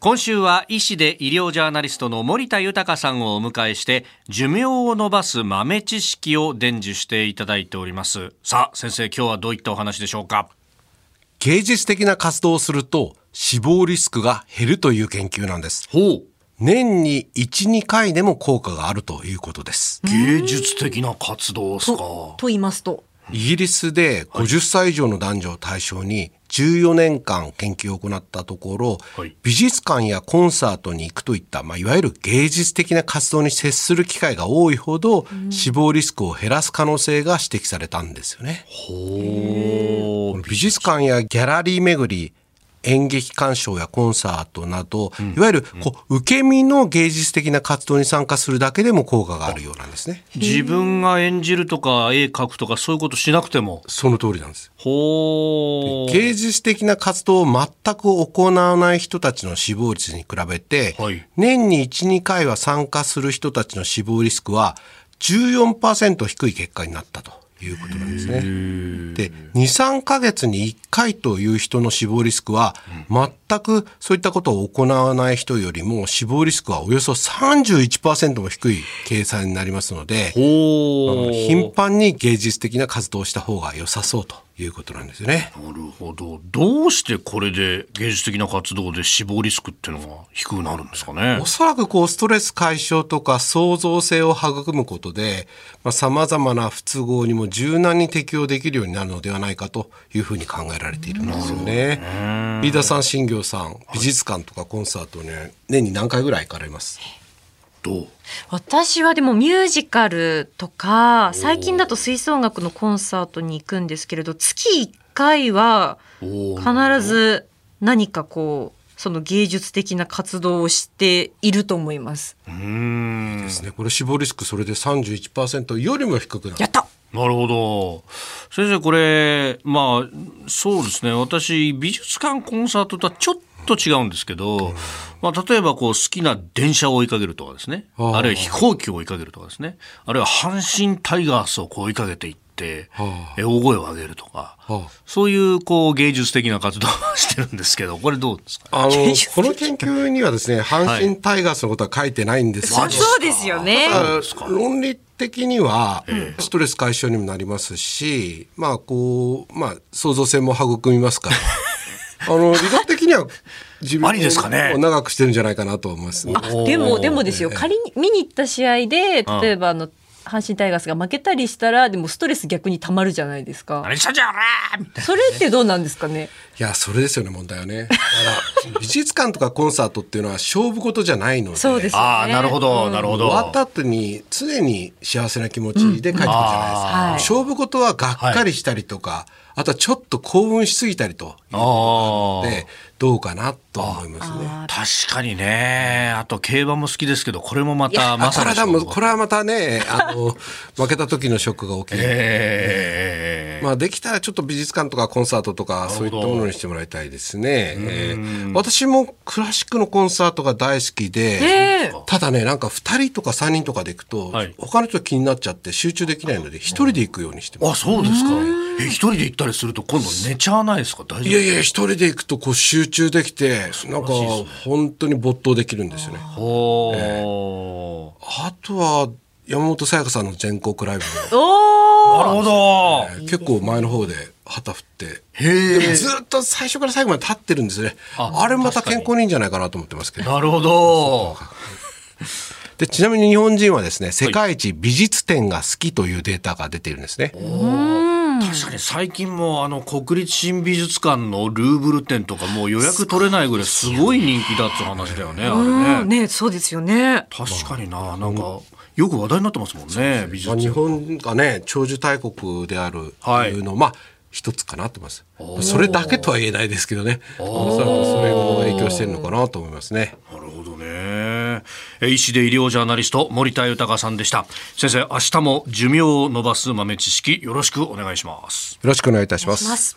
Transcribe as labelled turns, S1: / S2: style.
S1: 今週は医師で医療ジャーナリストの森田豊さんをお迎えして寿命を延ばす豆知識を伝授していただいておりますさあ先生今日はどういったお話でしょうか
S2: 芸術的な活動をすると死亡リスクが減るという研究なんです
S1: ほう
S2: 年に1、2回でも効果があるということです。
S1: 芸術的な活動ですか
S3: とと言いますと
S2: イギリスで50歳以上の男女を対象に14年間研究を行ったところ、
S1: はい
S2: 美術館やコンサートに行くといった、まあ、いわゆる芸術的な活動に接する機会が多いほど、死亡リスクを減らす可能性が指摘されたんですよね。
S1: ほう
S2: 美術館やギャラリー巡り演劇鑑賞やコンサートなど、いわゆるこう受け身の芸術的な活動に参加するだけでも効果があるようなんですね。
S1: 自分が演じるとか絵描くとかそういうことしなくても
S2: その通りなんです。
S1: ほう
S2: 芸術的な活動を全く行わない人たちの死亡率に比べて、
S1: はい
S2: 年に1、2回は参加する人たちの死亡リスクは14%低い結果になったということなんですね。で、2、3ヶ月に1回という人の死亡リスクは、全くそういったことを行わない人よりも死亡リスクはおよそ31%も低い計算になりますので、
S1: ほう
S2: 頻繁に芸術的な活動をした方が良さそうということなんですよね。
S1: なるほど。どうしてこれで芸術的な活動で死亡リスクっていうのが低くなるんですかね
S2: お。そらくこうストレス解消とか創造性を育むことで、まあ、様々な不都合にも柔軟に適応できるようになるのではないかというふうに考えられているんですよね。飯田さん、新行さん、美術館とかコンサートに年に何回ぐらい行かれます
S1: どう
S3: 私はでもミュージカルとか最近だと吹奏楽のコンサートに行くんですけれど月1回は
S1: お
S3: 必ず何かこうその芸術的な活動をしていると思います。
S1: うーん。
S2: ですね。これ死亡リスクそれで31%よりも低くな
S3: や
S2: る。
S3: った
S1: なるほど。先生、これ、まあ、そうですね。私、美術館コンサートとはちょっと違うんですけど、まあ、例えばこう好きな電車を追いかけるとかですね
S2: あ
S1: あ
S2: あ
S1: るいは飛行機を追いかけるとかですねあるいは阪神タイガースをこう追いかけていって、
S2: あ
S1: え大声を上げるとか、
S2: ああ
S1: そういうこう芸術的な活動をしてるんですけどこれどうですか
S2: あの、こ
S3: 芸術的
S2: の研究にはですね、阪神タイガースのことは書いてないんです
S3: そ
S2: が
S3: うそうですよね。
S1: そうですか
S2: 論理的にはストレス解消にもなりますし、まあこうまあ創造性も育みますから あの理学的には自分
S1: ありですかね
S2: を長くしてるんじゃないかなと思いますね。
S1: おー
S3: でもでもですよ仮に見に行った試合で例えばあの阪神タイガースが負けたりしたらでもストレス逆にたまるじゃないですか。
S1: 何したじゃらーみたい
S3: それってどうなんですかね。
S2: いやそれですよね問題 はね。だから美術館とかコンサートっていうのは勝負事じゃないので。
S3: そうです
S1: な。ああ、なるほど、なるほ
S2: 終
S1: ど。
S2: わった後に常に幸せな気持ちで帰ってくるじゃないですか。勝負事はがっかりしたりとか、あとはちょっと興奮しすぎたりという
S1: あ
S2: のでどうかなと思いますね。
S1: あ。確かにね。あと、競馬も好きですけど、これもまた、ま
S2: あ
S1: さ
S2: これ
S1: に
S2: は
S1: そ
S2: も
S1: の。
S2: うこれはまたね、あの、負けた時のショックが大きい。
S1: ええ
S2: まあ、できたらちょっと美術館とかコンサートとかそういったものにしてもらいたいですね。えー私もクラシックのコンサートが大好きで、
S3: ええ
S2: ただね、なんか2人とか3人とかで行くと、
S1: はい
S2: 他の人気になっちゃって集中できないので、1人で行くようにしてます。
S1: あ、そうですか。え、一人で行ったりすると、今度寝ちゃわないですか大
S2: い
S1: 丈
S2: や
S1: 夫
S2: いや、1人で行くとこう集中できて、なんか本当に没頭できるんですよね。
S1: ほ
S2: あとは、山本さやかさんの全国ライブ
S1: う
S2: も
S3: おお。
S1: なるほど。
S2: えー結構前の方で旗振って
S1: へ
S2: でもずっと最初から最後まで立ってるんですね
S1: あ
S2: あれまた健康にいいんじゃないかなと思ってますけど
S1: なるほど。
S2: でちなみに日本人はですね世界一美術展が好きというデータが出ているんですね、
S1: 確かに最近もあの国立新美術館のルーブル展とかもう予約取れないぐらいすごい人気だって話だよね、あれ
S3: うん
S1: ね。
S3: ねそうですよね。
S1: 確かにな、なんかよく話題になってますもんね、美術
S2: まあ、日本がね長寿大国であると
S1: はい
S2: いうの、まあ一つかなと思いますそれだけとは言えないですけどねおそらくそれも影響してるのかなと思いますね
S1: なるほどね。え医師で医療ジャーナリスト森田豊さんでした。先生、明日も寿命を延ばす豆知識よろしくお願いします。
S2: よろしくお願いいたします
S3: します。